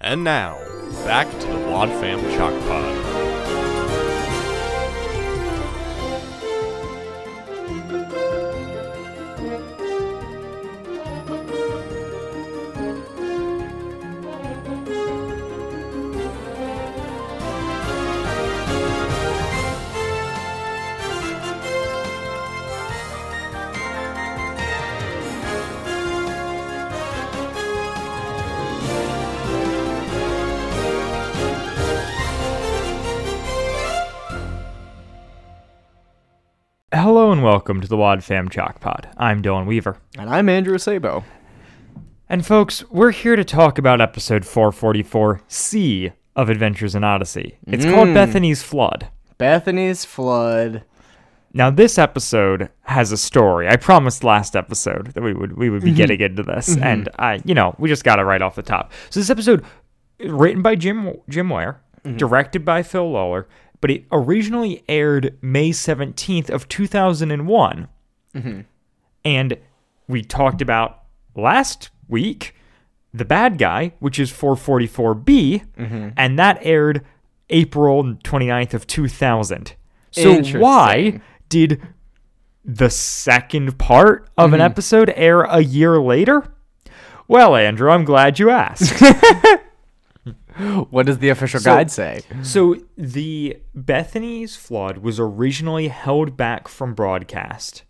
And now, back to the Wad Fam Chalk Pod. Hello and welcome to the Wad Fam Chalk Pod. I'm Dylan Weaver. And I'm Andrew Sabo. And folks, we're here to talk about episode 444C of Adventures in Odyssey. It's called Bethany's Flood. Bethany's flood. Now this episode has a story. I promised last episode that we would we would be getting into this and I, you know, we just got it right off the top. So this episode written by Jim Jim Ware, directed by Phil Lawler, but it originally aired May 17th of 2001. And we talked about last week the bad guy, which is 444B, and that aired April 29th of 2000. So why Interesting. did the second part of an episode air a year later? Well, Andrew, I'm glad you asked. What does the official guide say? so, the Bethany's flood was originally held back from broadcast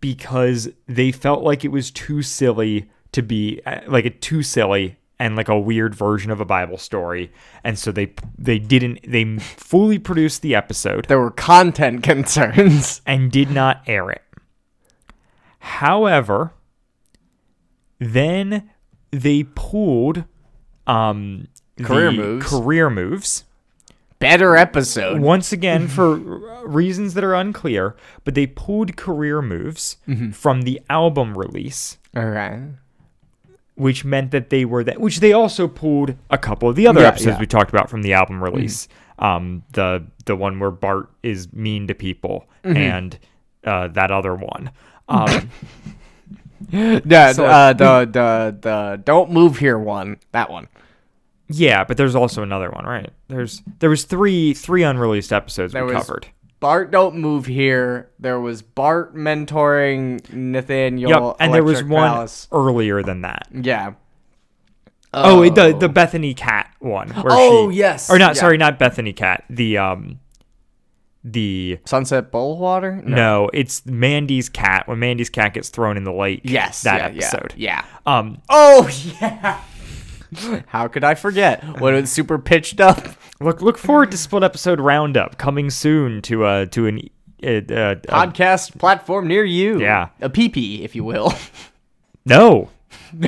because they felt like it was too silly to be uh, like a too silly and like a weird version of a Bible story, and so they they didn't they fully produced the episode There were content concerns. and did not air it. However, then they pulled um, Career the moves. Career moves Better episode. once again Mm-hmm. for r- reasons that are unclear. But they pulled career moves Mm-hmm. from the album release, All right. which meant that they were that. Which they also pulled a couple of the other Yeah, episodes yeah. Mm-hmm. we talked about from the album release. Um, the the one where Bart is mean to people Mm-hmm. and uh, that other one. Um, Yeah, So- uh, the, the, the don't move here one. That one. Yeah, but there's also another one, right? There's there was three three unreleased episodes There we was- covered. Bart don't move here. There was Bart mentoring Nathaniel. Yep, and there was Electric one Palace. earlier than that. Yeah. Uh, Oh, it- the the Bethany Cat one. Where Oh, she, yes, or not? yeah. Sorry, not Bethany Cat. The um, the Sunset Boulwater? no. it's Mandy's cat. When Mandy's cat gets thrown in the lake. Yes. that yeah, yeah, episode. Yeah. Um, Oh, yeah. How could I forget? When it's super pitched up. look look forward to split episode roundup coming soon to uh to an uh, uh, uh podcast platform near you. Yeah. A PP, if you will. no,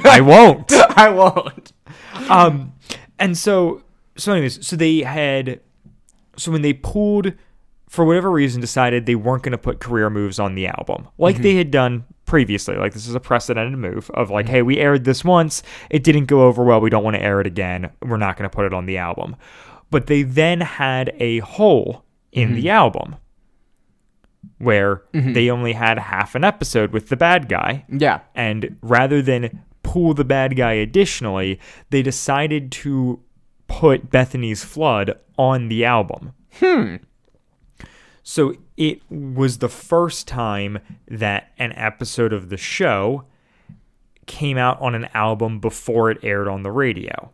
I won't. I won't. um and so so anyways so they had so when they pulled for whatever reason decided they weren't going to put career moves on the album like they had done previously like this is a precedented move of like hey we aired this once it didn't go over well we don't want to air it again we're not going to put it on the album but they then had a hole in the album where they only had half an episode with the bad guy Yeah. and rather than pull the bad guy additionally, they decided to put Bethany's Flood on the album. Hmm. So it was the first time that an episode of the show came out on an album before it aired on the radio.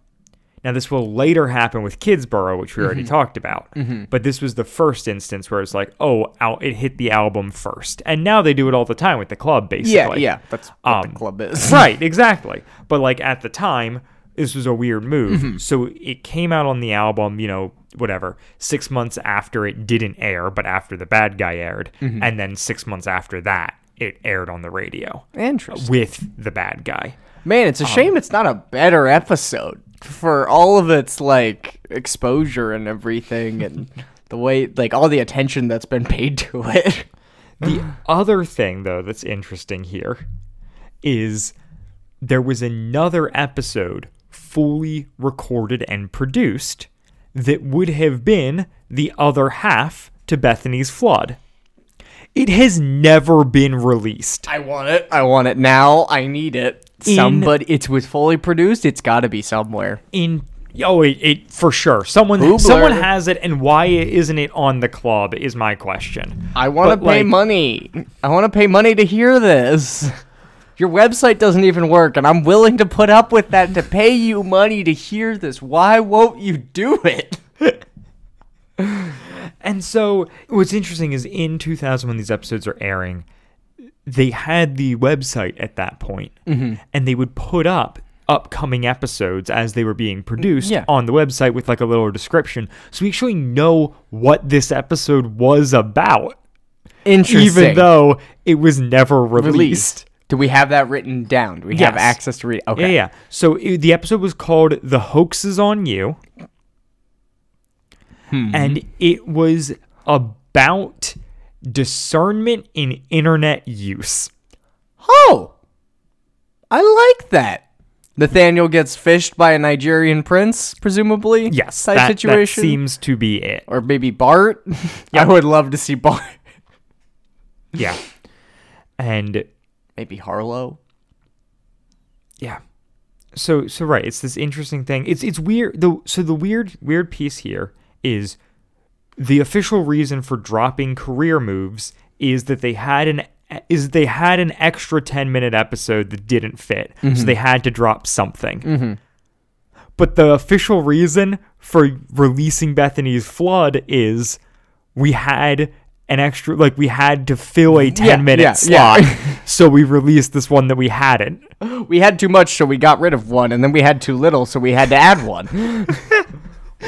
Now, this will later happen with Kidsborough, which we already Mm-hmm. talked about. But this was the first instance where it's like, oh, al- it hit the album first. And now they do it all the time with the club, basically. Yeah, yeah. That's what Um, the club is. right, exactly. But like at the time, this was a weird move. So it came out on the album, you know, whatever, six months after it didn't air, but after the bad guy aired. And then six months after that, it aired on the radio Interesting. with the bad guy. Man, it's a Um, shame it's not a better episode for all of its like exposure and everything and the way like all the attention that's been paid to it. The other thing, though, that's interesting here is there was another episode fully recorded and produced that would have been the other half to Bethany's Flood. It has never been released. I want it. I want it now. I need it. In- Somebody it's was fully produced. It's got to be somewhere. In Oh, it, it for sure. Someone Boobler. someone has it, and why isn't it on the club? Is my question. I want to But, pay like- money. I want to pay money to hear this. Your website doesn't even work, and I'm willing to put up with that to pay you money to hear this. Why won't you do it? And so, what's interesting is in 2000, when these episodes are airing, they had the website at that point, Mm-hmm. and they would put up upcoming episodes as they were being produced Yeah. on the website with like a little description. So we actually know what this episode was about, Interesting. even though it was never released. Do we have that written down? Do we have Yes. access to read? Okay. Yeah, yeah. So it, the episode was called "The Hoax Is on You," Hmm. and it was about discernment in internet use. Oh, I like that. Nathaniel gets fished by a Nigerian prince, presumably. Yes, Type that, that situation. seems to be it. or maybe Bart. I would love to see Bart. Yeah, and Maybe Harlow. yeah. So so right, it's this interesting thing. It's it's weird. The so the weird weird piece here is the official reason for dropping career moves is that they had an is they had an extra 10 minute episode that didn't fit Mm-hmm. so they had to drop something but the official reason for releasing bethany's flood is we had an extra like we had to fill a 10 minute yeah, yeah. slot so we released this one that we hadn't We had too much, so we got rid of one, and then we had too little, so we had to add one.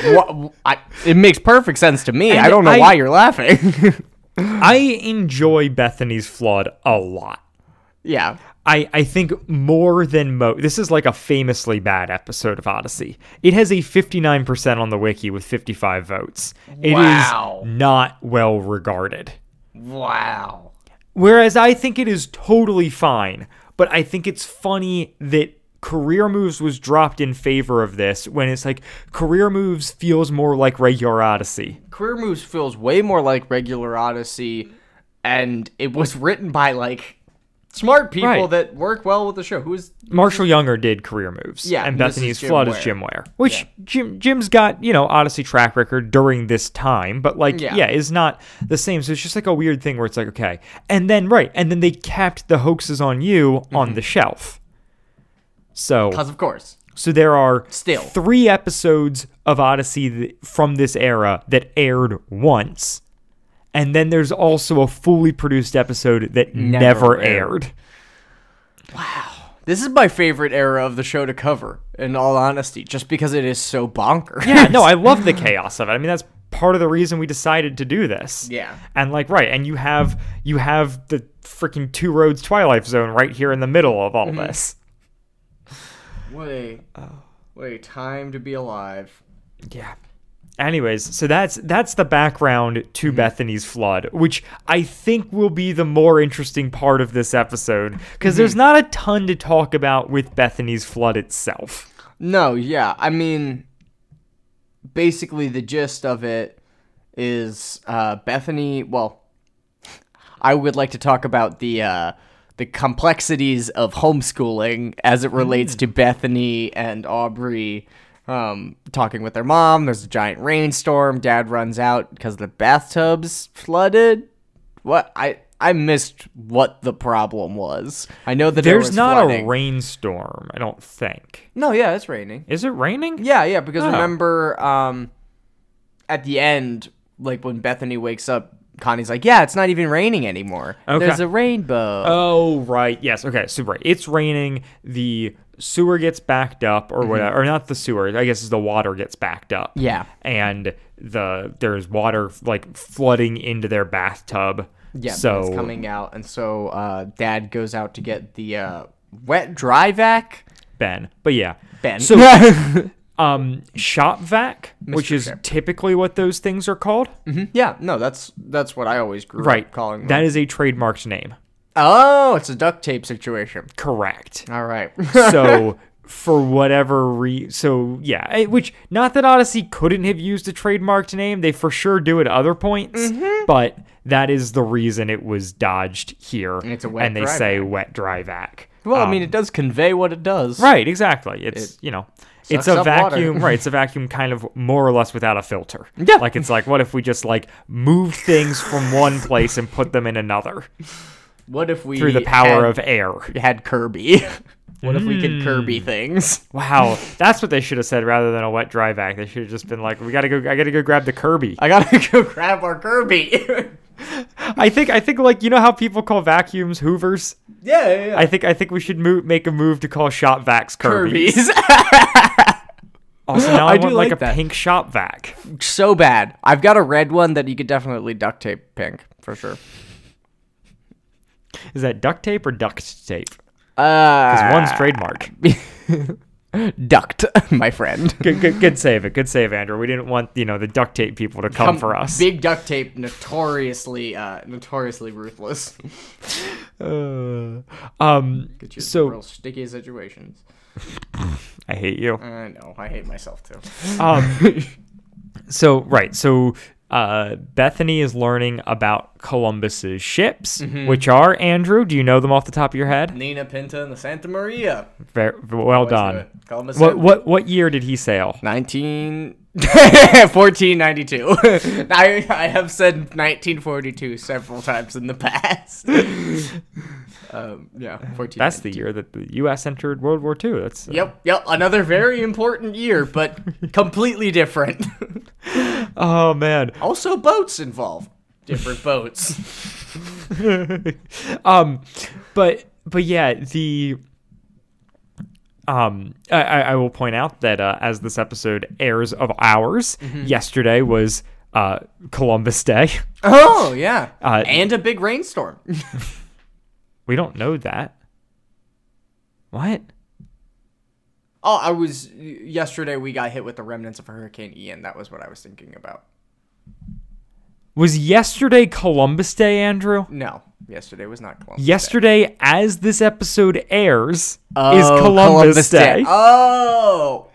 Wha- I, it makes perfect sense to me. I don't know I- why you're laughing. i enjoy bethany's flood a lot yeah. I, I think more than mo this is like a famously bad episode of Odyssey. It has a 59% on the wiki with 55 votes. It is Wow. not well regarded. Wow. Whereas I think it is totally fine, but I think it's funny that Career Moves was dropped in favor of this when it's like Career Moves feels more like regular Odyssey. Career Moves feels way more like regular Odyssey, and it was written by like smart people Right. that work well with the show. Who's Marshall Younger did career moves. Yeah, And and this Bethany's is Jim flood is Ware. Jim Ware. Which Jim Jim's got, you know, Odyssey track record during this time, but like yeah. Yeah. is not the same. So it's just like a weird thing where it's like, okay. And then right, and then they kept the hoaxes on you Mm-hmm. on the shelf. So because of course so there are Still. three episodes of Odyssey th- from this era that aired once. And then there's also a fully produced episode that never, aired. aired. this is my favorite era of the show to cover. In all honesty, just because it is so bonkers. yeah, no, I love the chaos of it. I mean, that's part of the reason we decided to do this. Yeah. And like, right, and you have you have the freaking two roads Twilight Zone right here in the middle of all Mm-hmm. this. Wait. Wait. Time to be alive. Yeah. Anyways, so that's that's the background to Mm-hmm. Bethany's flood, which I think will be the more interesting part of this episode because Mm-hmm. there's not a ton to talk about with Bethany's flood itself. No, yeah. I mean, basically, the gist of it is uh, Bethany. Well, I would like to talk about the uh, the complexities of homeschooling as it relates Mm. to Bethany and Aubrey um, talking with their mom. There's a giant rainstorm. Dad runs out because the bathtub's flooded. What I. I missed what the problem was. I know that there There's was not flooding. a rainstorm, I don't think. No, yeah, it's raining. Is it raining? Yeah, yeah, because remember um at the end, like when Bethany wakes up, Connie's like, Yeah, it's not even raining anymore. Okay. There's a rainbow. Oh right, yes. Okay, so right, it's raining. The sewer gets backed up, or whatever, or not the sewer. I guess it's the water gets backed up. Mm-hmm. Yeah. and the there's water like flooding into their bathtub. yeah, so it's coming out and so uh dad goes out to get the uh wet dry vac. Ben, but yeah, Ben So um, shop vac, which is Shep. typically what those things are called. Yeah, no, that's that's what I always grew Hmm? Right, up Mm-hmm. calling them. that is a trademarked name. Oh, it's a duct tape situation. Correct. All right. so for whatever re so yeah eh, which not that odyssey couldn't have used a trademarked name they for sure do at other points Mm-hmm. but that is the reason it was dodged here and, it's a wet they dry say wet dry vac Well, I mean, it does convey what it does. Um, Right, exactly. It's you know, it's sucks a up water. vacuum. Right, it's a vacuum, kind of more or less without a filter. Yeah. like it's like, what if we just like move things from one place and put them in another What if we through the power had, of air? had Kirby? what if we could Hmm. Kirby things? Wow, that's what they should have said rather than a wet dry vac. They should have just been like, we gotta go. I gotta go grab the Kirby. I gotta go grab our Kirby. I think I think like you know how people call vacuums Hoovers. yeah, yeah, yeah. I think I think we should move, make a move to call shop vacs Kirby. Kirby's Also, now I, I do want like, like a that. pink shop vac. so bad. I've got a red one that you could definitely duct tape pink for sure. Is that duct tape or duct tape? Uh, Because Ah. one's trademark. duct, my friend. good, good, good save it. Good save, Andrew. We didn't want you know the duct tape people to come, Um, for us. Big duct tape, notoriously, uh, notoriously ruthless. Uh, um, Get you So- so real sticky situations. I hate you. I know. I hate myself too. Um, so right, so uh, Bethany is learning about Columbus's ships, which are Andrew. Do you know them off the top of your head? Nina Pinta and the Santa Maria. Very, well done. Columbus. What what what year did he sail? 19 1492. I, I have said 1942 several times in the past. um, yeah, 14. That's the year that the U.S. entered World War II. That's uh, Yep, yep, another very important year, but completely different. oh man. also, boats involved. Different boats. um, but but yeah, the um, I, I I will point out that uh, as this episode airs of ours, yesterday was uh Columbus Day. Oh, yeah. Uh, and a big rainstorm. We don't know that. What? Oh, I was yesterday. We got hit with the remnants of Hurricane Ian. That was what I was thinking about. Was yesterday Columbus Day, Andrew? No, yesterday was not Columbus. Yesterday, as this episode airs, is Oh, Columbus, Day. Oh,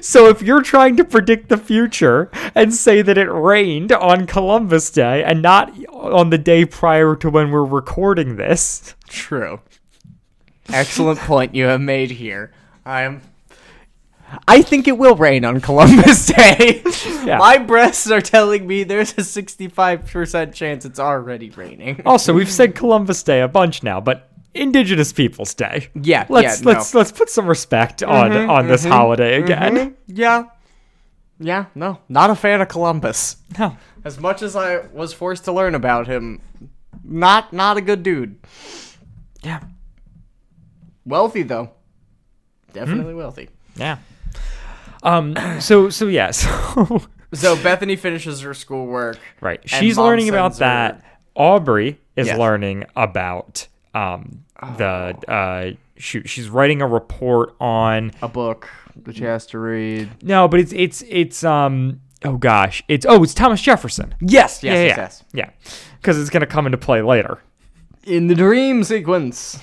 So if you're trying to predict the future and say that it rained on Columbus Day and not on the day prior to when we're recording this, true. Excellent point you have made here. I am. I think it will rain on Columbus Day. Yeah. My breasts are telling me there's a 65% chance it's already raining. also we've said Columbus Day a bunch now, but Indigenous Peoples Day. Yeah, let's yeah, no. Mm-hmm, let's let's put some respect on on this holiday again. Yeah. Yeah, no. Not a fan of Columbus. No, As much as I was forced to learn about him, not not a good dude. yeah, Wealthy though. Definitely wealthy. yeah. Um. So so yeah. So So Bethany finishes her schoolwork. right, and she's Mom learning about sends that. her- Aubrey is Yes. Oh. learning about um the uh shoot. She's writing a report on A book that she has to read. No, but it's it's it's um oh gosh, it's oh it's Thomas Jefferson. Yes, yes, yeah, yeah, yes, yes. yeah, because it's gonna come into play later. In the dream sequence.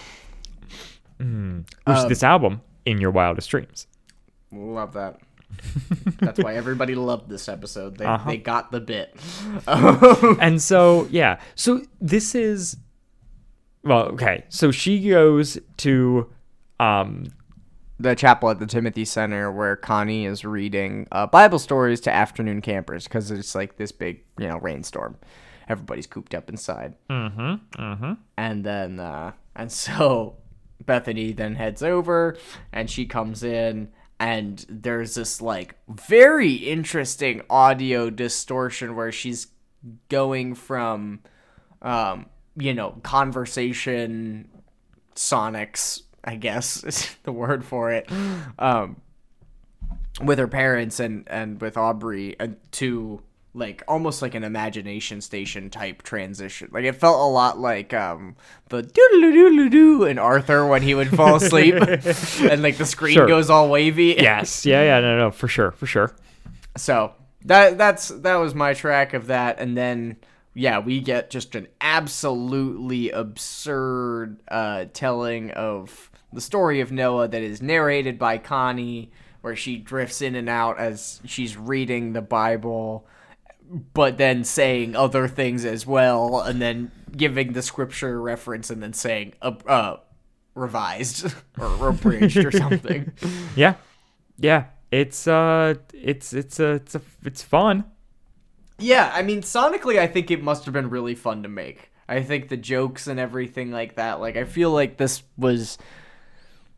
Which Um, is this album, In Your Wildest Dreams. Love that. That's why everybody loved this episode. They, they got the bit. And so yeah, so this is well okay. So she goes to um the chapel at the Timothy Center where Connie is reading uh, Bible stories to afternoon campers because it's like this big, you know, rainstorm. Everybody's cooped up inside. Mm-hmm. Mm-hmm. And then, uh, and so Bethany then heads over and she comes in and there's this like very interesting audio distortion where she's going from, um, you know, conversation sonics i guess is the word for it um with her parents and and with aubrey and to like almost like an imagination station type transition like it felt a lot like um the doo in arthur when he would fall asleep and like the screen Sure. goes all wavy yes yeah yeah no no for sure for sure so that that's that was my track of that, and then yeah, we get just an absolutely absurd uh, telling of the story of Noah that is narrated by Connie, where she drifts in and out as she's reading the Bible. but then saying other things as well, and then giving the scripture reference, and then saying uh, uh revised or abridged or something. Yeah, yeah. It's uh, it's it's uh, it's a, it's fun. Yeah, I mean, sonically, I think it must have been really fun to make. I think the jokes and everything like that. Like, I feel like this was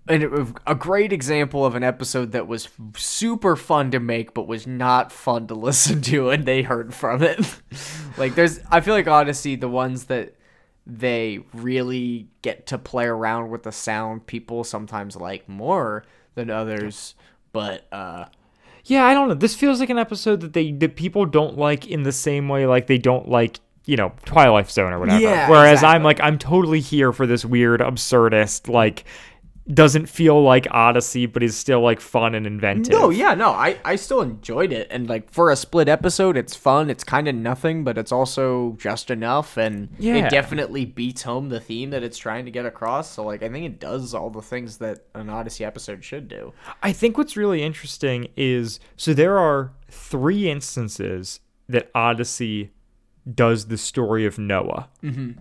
an, a great example of an episode that was super fun to make, but was not fun to listen to, and they heard from it. like, there's, I feel like Odyssey, the ones that they really get to play around with the sound, people sometimes like more than others, but, uh, Yeah, I don't know. This feels like an episode that they that people don't like in the same way like they don't like you know Twilight Zone or whatever. Yeah, Whereas I'm exactly. like I'm totally here for this weird absurdist like doesn't feel like Odyssey but is still like fun and inventive. No, yeah, no, I, I still enjoyed it. And, like, for a split episode, it's fun. It's kind of nothing, but it's also just enough. And Yeah. it definitely beats home the theme that it's trying to get across. So, like, I think it does all the things that an Odyssey episode should do. I think what's really interesting is so there are three instances that Odyssey does the story of Noah. Mm-hmm.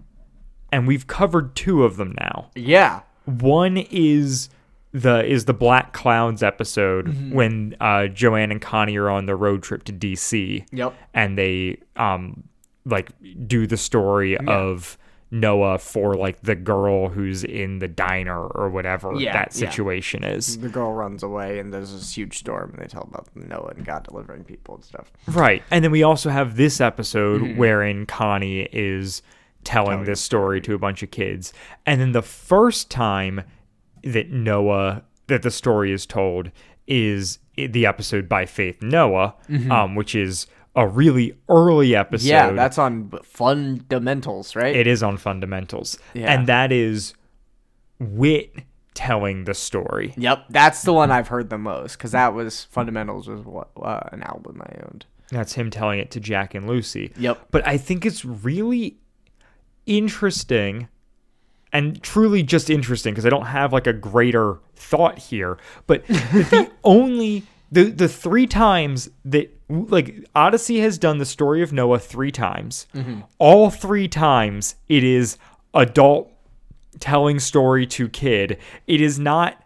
And we've covered two of them now. Yeah. One is the is the Black Clouds episode Mm-hmm. when uh, Joanne and Connie are on the road trip to DC. Yep. And they um like do the story of Noah for like the girl who's in the diner or whatever Yeah, that yeah. Mm-hmm. situation is. The girl runs away, and there's this huge storm, and they tell about Noah and God delivering people and stuff. Right. And then we also have this episode Mm-hmm. wherein Connie is telling this story to a bunch of kids. And then the first time that Noah, that the story is told, is i- the episode by Faith Noah, um, which is a really early episode. Mm-hmm. Yeah, that's on b- fundamentals, right? It is on fundamentals. Yeah. And that is Wit telling the story. yep. That's the one I've heard the most, because that was fundamentals was what uh, an album I owned. That's him telling it to Jack and Lucy. Yep. But I think it's really interesting and truly just interesting because I don't have like a greater thought here. But that the only the the three times that like Odyssey has done the story of Noah three times, all three times it is adult telling story to kid. It is not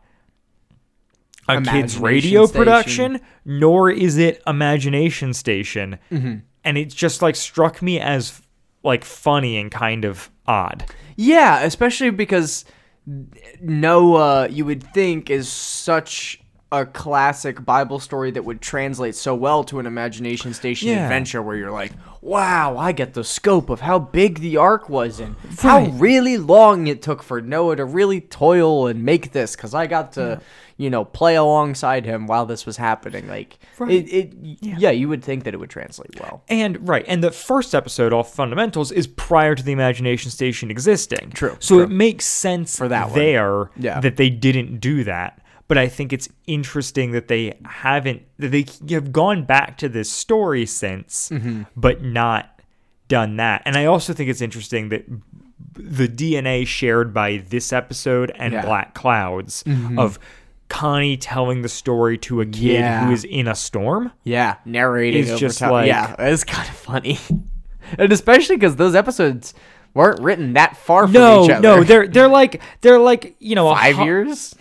a kid's Imagination radio station. production, nor is it imagination station. Mm-hmm. And it just like struck me as like funny and kind of odd. Yeah, especially because Noah, you would think, is such a classic Bible story that would translate so well to an imagination station Yeah. adventure where you're like, wow, I get the scope of how big the ark was and how Right. really long it took for Noah to really toil and make this because I got to, you know, play alongside him while this was happening. Like, it, it yeah. you would think that it would translate well. And right, and the first episode off fundamentals is prior to the imagination station existing. True, So true. it makes sense for that one. there Yeah. that they didn't do that. But I think it's interesting that they haven't that they have gone back to this story since, Mm-hmm. but not done that. And I also think it's interesting that the DNA shared by this episode and Yeah. Mm-hmm. Black Clouds of Connie telling the story to a kid Yeah. who is in a storm. Yeah, narrating It's over just time. like- yeah, it's kind of funny, and especially because those episodes weren't written that far from each No, other. no, they're they're like they're like you know a five hu- years.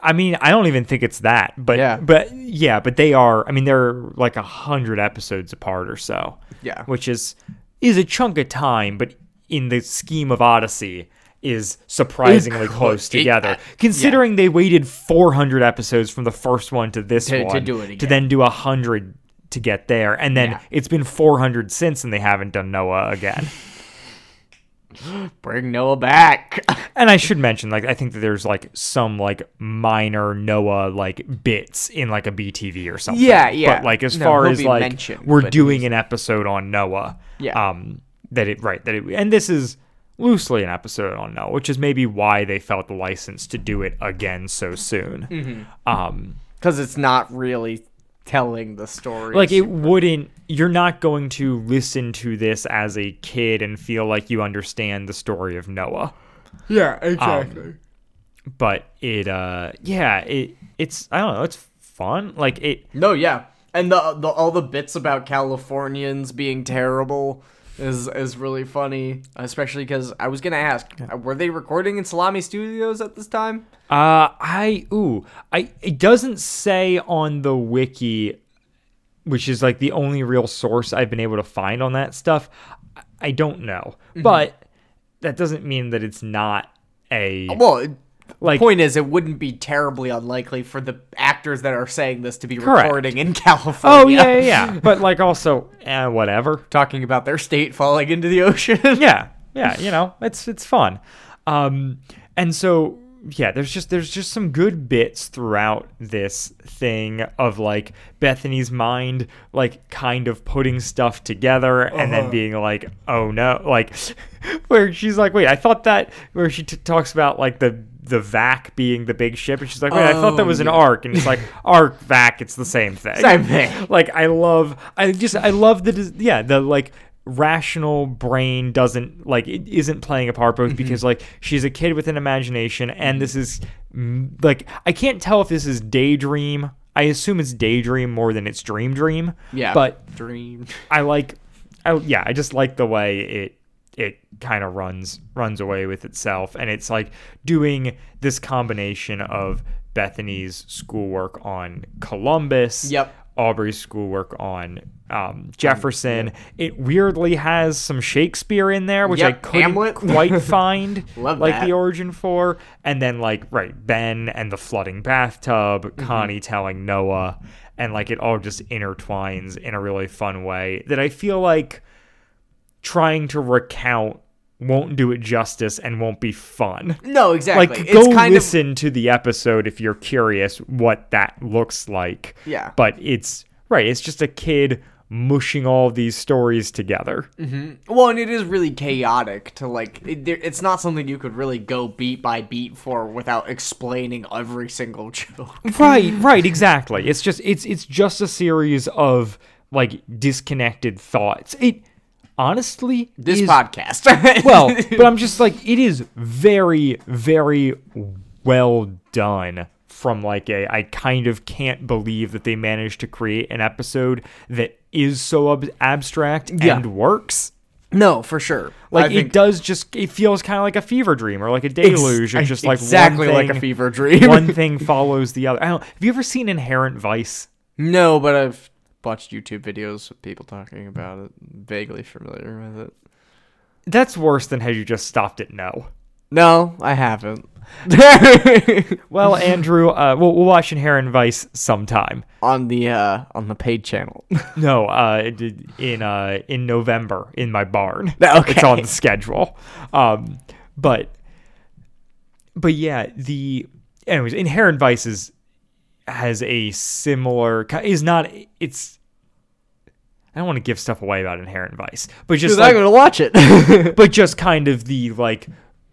I mean, I don't even think it's that, but Yeah. but yeah, but they are. I mean, they're like a hundred episodes apart or so. Yeah. which is is a chunk of time, but in the scheme of Odyssey, is surprisingly close it- together. uh, Considering they waited four hundred episodes from the first one to this To- to one do it to again. then do a hundred to get there, and then Yeah. it's been four hundred since, and they haven't done Noah again. Bring Noah back. And I should mention, like, I think that there's like some like minor Noah like bits in like a BTV or something. Yeah, yeah. But like as No, far he'll as be like mentioned, we're but doing an episode on Noah. Yeah. Um. That it right that it and this is loosely an episode on Noah, which is maybe why they felt the license to do it again so soon. Mm-hmm. Um. Because it's not really telling the story. Like it wouldn't. You're not going to listen to this as a kid and feel like you understand the story of Noah. Um, yeah, exactly. but it uh yeah it it's i don't know it's fun like it no, yeah. and the, the all the bits about Californians being terrible is is really funny, especially because I was gonna ask, uh, were they recording in Salami Studios at this time? Uh, I ooh, I it doesn't say on the wiki, which is like the only real source I've been able to find on that stuff. I- I don't know, Mm-hmm. but that doesn't mean that it's not a Well, it- like. point is, it wouldn't be terribly unlikely for the actors that are saying this to be Correct. recording in California. oh yeah, yeah, yeah. but like also, eh, whatever. talking about their state falling into the ocean. yeah yeah you know it's it's fun um and so yeah there's just there's just some good bits throughout this thing of like bethany's mind like kind of putting stuff together and Uh-huh. then being like oh no like where she's like wait i thought that where she t- talks about like the the vac being the big ship and she's like wait i thought that Oh, was an yeah. arc and it's like arc vac it's the same thing Same thing. like I love, I just I love the dis- yeah the like rational brain doesn't like it isn't playing a part both because like she's a kid with an imagination and this is mm, like I can't tell if this is daydream. I assume it's daydream more than it's dream dream. Yeah, but dream. I like, I, yeah, I just like the way it it kind of runs runs away with itself, and it's like doing this combination of Bethany's schoolwork on Columbus, Yep. Aubrey's schoolwork on um, Jefferson. It weirdly has some Shakespeare in there, which I Yep, couldn't Hamlet. quite find, Love like that. the origin for, and then like right Ben and the flooding bathtub, Mm-hmm. Connie telling Noah, and like it all just intertwines in a really fun way that I feel like trying to recount won't do it justice and won't be fun. No, exactly. Like it's go kind of listen to the episode if you're curious what that looks like. Yeah. But it's right, it's just a kid mushing all these stories together. well, and it is really chaotic to like. It, there- it's not something you could really go beat by beat for without explaining every single joke. right right exactly it's just it's it's just a series of like disconnected thoughts it honestly This is, podcast. well but i'm just like it is very very well done from like a i kind of can't believe that they managed to create an episode that is so ab- abstract Yeah. and works no, for sure. like I it think- does just it feels kind of like a fever dream or like a deluge or I- just like one exactly like a thing- fever dream. one thing follows the other I don't, have you ever seen inherent vice No, but I've watched YouTube videos of people talking about it. Vaguely familiar with it. That's worse than had you just stopped at no. No, I haven't. Well, Andrew, uh, we'll, we'll watch Inherent Vice sometime. on the uh on the paid channel. No, uh, it did- in uh, in November in my barn. Okay. It's on the schedule. Um, but but yeah, the anyways, Inherent Vice is has a similar ki- is not it's. I don't want to give stuff away about Inherent Vice, but just I'm like, gonna watch it. but just kind of the like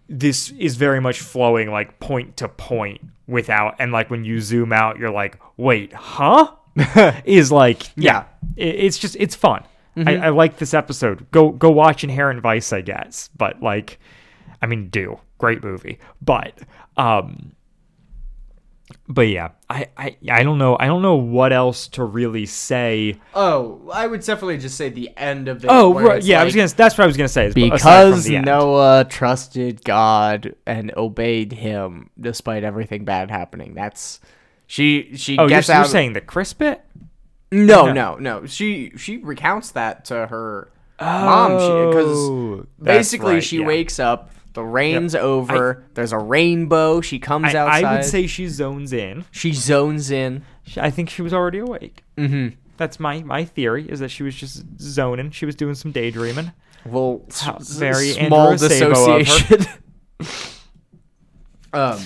this is very much flowing like point to point without and like when you zoom out you're like wait huh is like yeah, Mm-hmm. I- it's just it's fun I, I like this episode go go watch inherent vice i guess but like i mean do great movie but um but yeah i i, I don't know i don't know what else to really say oh, I would definitely just say the end of it. oh where right, it's yeah i like, was gonna that's what i was gonna say is aside from because the end. Noah trusted God and obeyed Him despite everything bad happening. That's she. She oh you're, gets you're out. saying the crisp bit no, no, no. She she recounts that to her mom. She because Oh, that's basically right, she yeah. wakes up. The rain's over. there's a rainbow. She comes I, outside. I would say she zones in. she zones in. She- I think she was already awake. Mm-hmm. That's my my theory is that she was just zoning. She was doing some daydreaming. Well, How- s- very small Andrew Sabo of her. dissociation. um,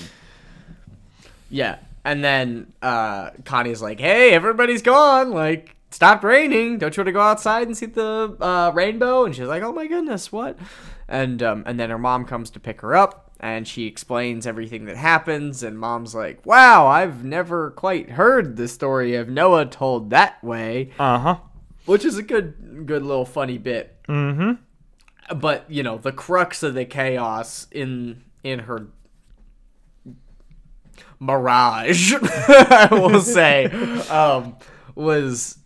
yeah, and then uh, Connie's like, "Hey, everybody's gone. Like, it stopped raining. Don't you want to go outside and see the uh, rainbow?" And she's like, "Oh my goodness, what?" And um, and then her mom comes to pick her up. And she explains everything that happens, and mom's like, "Wow, I've never quite heard the story of Noah told that way." Uh huh. which is a good good little funny bit. Mm-hmm. But you know, the crux of the chaos in in her mirage, I will say, um, was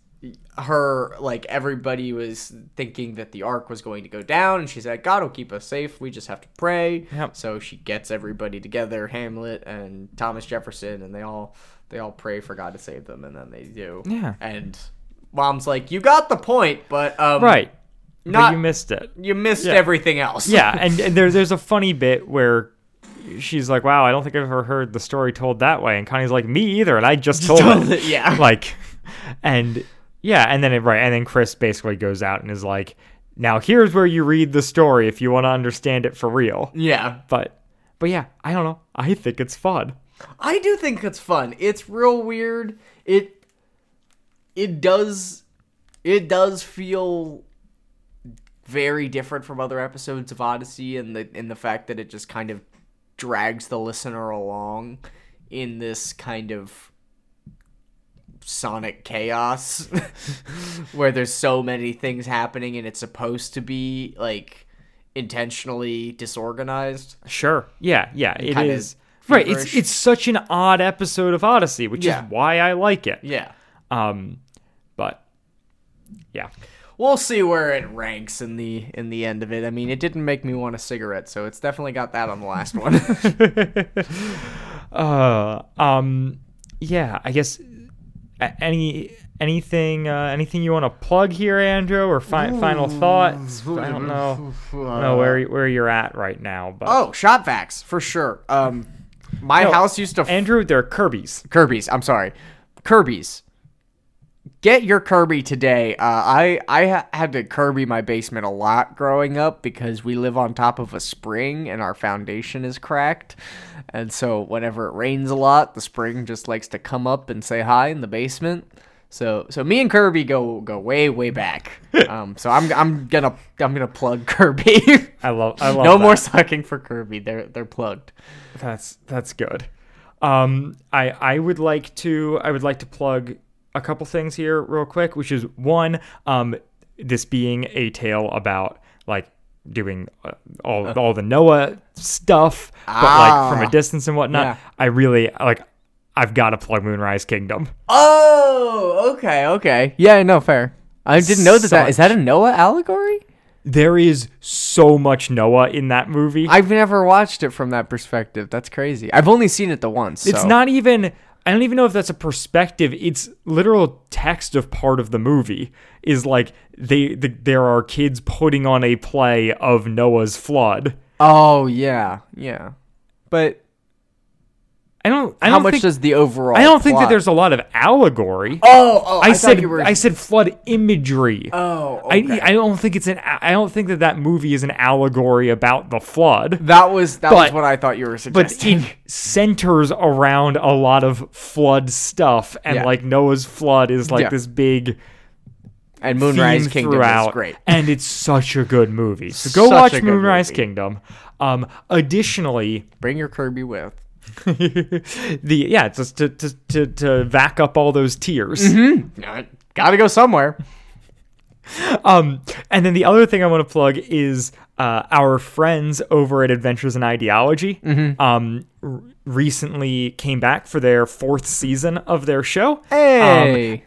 her like everybody was thinking that the ark was going to go down and she said god will keep us safe we just have to pray Yep. so she gets everybody together hamlet and thomas jefferson and they all they all pray for god to save them and then they do Yeah. and mom's like you got the point but um Right. Not- but you missed it. you missed everything else Yeah, and, and there, there's a funny bit where she's like, "Wow, I don't think I've ever heard the story told that way," and Connie's like, "Me either," and I just, told, told it. it, yeah. like, and yeah, and then it, right, and then Chris basically goes out and is like, "Now here's where you read the story if you want to understand it for real." yeah But but yeah, I don't know. I think it's fun. I do think it's fun. It's real weird. It it does it does feel very different from other episodes of Odyssey and the in the fact that it just kind of drags the listener along in this kind of sonic chaos where there's so many things happening and it's supposed to be like intentionally disorganized. Sure. Yeah. Yeah. It kinda is. Right, it's feverish. it's such an odd episode of Odyssey, which Yeah. is why I like it. Yeah. Um, but yeah, we'll see where it ranks in the in the end of it. I mean, it didn't make me want a cigarette, so it's definitely got that on the last one. uh, um, yeah, I guess a- any anything uh, anything you want to plug here, Andrew, or fi- final thoughts? I don't know, I don't know where y- where you're at right now, but oh, shot facts for sure. Um, my No, house used to f- Andrew, they're Kirby's. Kirby's. I'm sorry, Kirby's. Get your Kirby today. Uh, I I ha- had to Kirby my basement a lot growing up because we live on top of a spring and our foundation is cracked, and so whenever it rains a lot, the spring just likes to come up and say hi in the basement. So so me and Kirby go go way way back. um, so I'm I'm gonna I'm gonna plug Kirby. I love I love no that. more sucking for Kirby. They're they're plugged. That's that's good. Um, I I would like to I would like to plug a couple things here real quick, which is one, um, this being a tale about like doing uh, all all the Noah stuff, but like from Ah. a distance and whatnot. Yeah. I really like. I've got to plug Moonrise Kingdom. Oh, okay, okay. Yeah, no, fair. I didn't know that. That is that a Noah allegory? There is so much Noah in that movie. I've never watched it from that perspective. That's crazy. I've only seen it the once. It's so- not even. I don't even know if that's a perspective. It's literal text of part of the movie is like they the, there are kids putting on a play of Noah's flood. Oh yeah, yeah. But I don't. I how don't much think, does the overall? I don't think that plot- there's a lot of allegory. Oh, oh. I, I, thought said you were. I said flood imagery. oh, okay. I I don't think it's an. I don't think that that movie is an allegory about the flood. that was that was but- what I thought you were but suggesting. it centers around a lot of flood stuff and Yeah. like noah's flood is like Yeah. this big and theme Moonrise Kingdom throughout is great. and it's such a good movie so go Such a watch good moonrise movie. kingdom um additionally Bring your Kirby with. the yeah just to to to, to back up all those tears Uh, Gotta go somewhere. Um, and then the other thing I want to plug is uh, our friends over at Adventures in Ideology Mm-hmm. um, r- recently came back for their fourth season of their show. Hey. Um,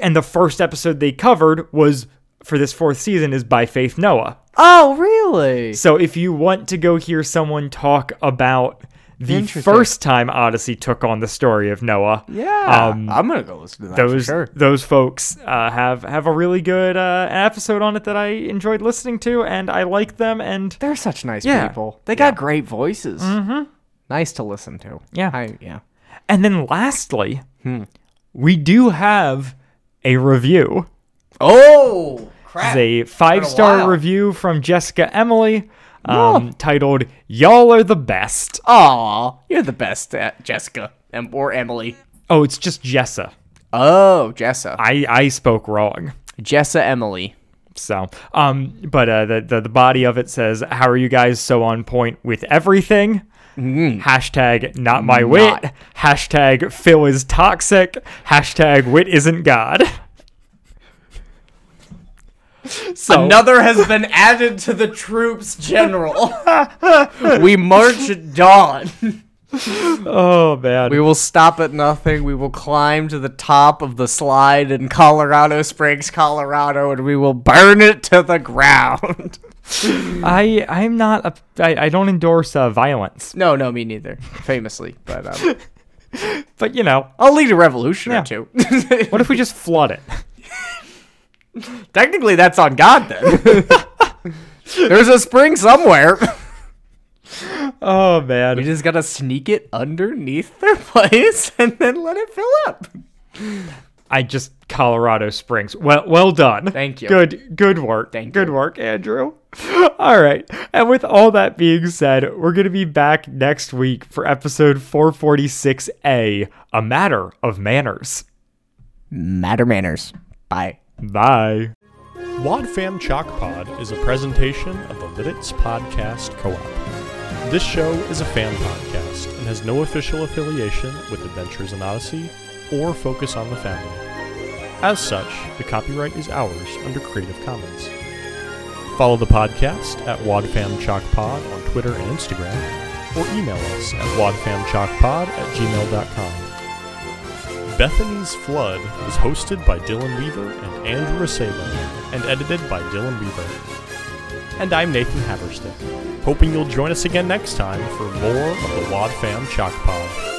and the first episode they covered was for this fourth season is by Faith Noah. oh really? So if you want to go hear someone talk about the Interesting. first time Odyssey took on the story of Noah, Yeah. um, I'm gonna go listen to that. for those sure. those folks uh, have have a really good uh, episode on it that I enjoyed listening to, and I like them. And They're such nice Yeah. people. They got great voices. Mm-hmm. Nice to listen to. Yeah. I, yeah. and then lastly, Hmm. we do have a review. Oh crap! It's a five star while. review from Jessica Emily, um, titled "Y'all Are the Best." Aw, you're the best, uh, Jessica em- or Emily. Oh, it's just Jessa. Oh, Jessa, I I spoke wrong. Jessa Emily. So, um, but uh, the, the the body of it says, "How are you guys so on point with everything?" Hashtag not my wit. Mm-hmm. Not. Hashtag Phil is toxic. Hashtag wit isn't God. so Another has been added to the troops, General. we march at dawn. Oh man. We will stop at nothing. We will climb to the top of the slide in Colorado Springs, Colorado, and we will burn it to the ground. I I'm not a, I, I don't endorse uh, violence, no, no, me neither. Famously, but um, but you know, I'll lead a revolution Yeah. or two. what if we just flood it? Technically, that's on God then. There's a spring somewhere. Oh man. We just gotta sneak it underneath their place and then let it fill up. I just Colorado Springs. Well, well done. Thank you. Good, good work. Thank good you. work, Andrew. All right. And with all that being said, we're going to be back next week for episode 446A, A Matter of Manners. Matter manners. Bye. Bye. Wadfam Chalk Pod is a presentation of the Lidditz Podcast Co-op. This show is a fan podcast and has no official affiliation with Adventures in Odyssey or Focus on the Family. As such, the copyright is ours under Creative Commons. Follow the podcast at Wadfam Chalk Pod on Twitter and Instagram, or email us at wadfamchalkpod at gmail.com. Bethany's Flood was hosted by Dylan Weaver and Andrew Rasalo and edited by Dylan Weaver. And I'm Nathan Haverstick, hoping you'll join us again next time for more of the Wad Fam Chalk Pod.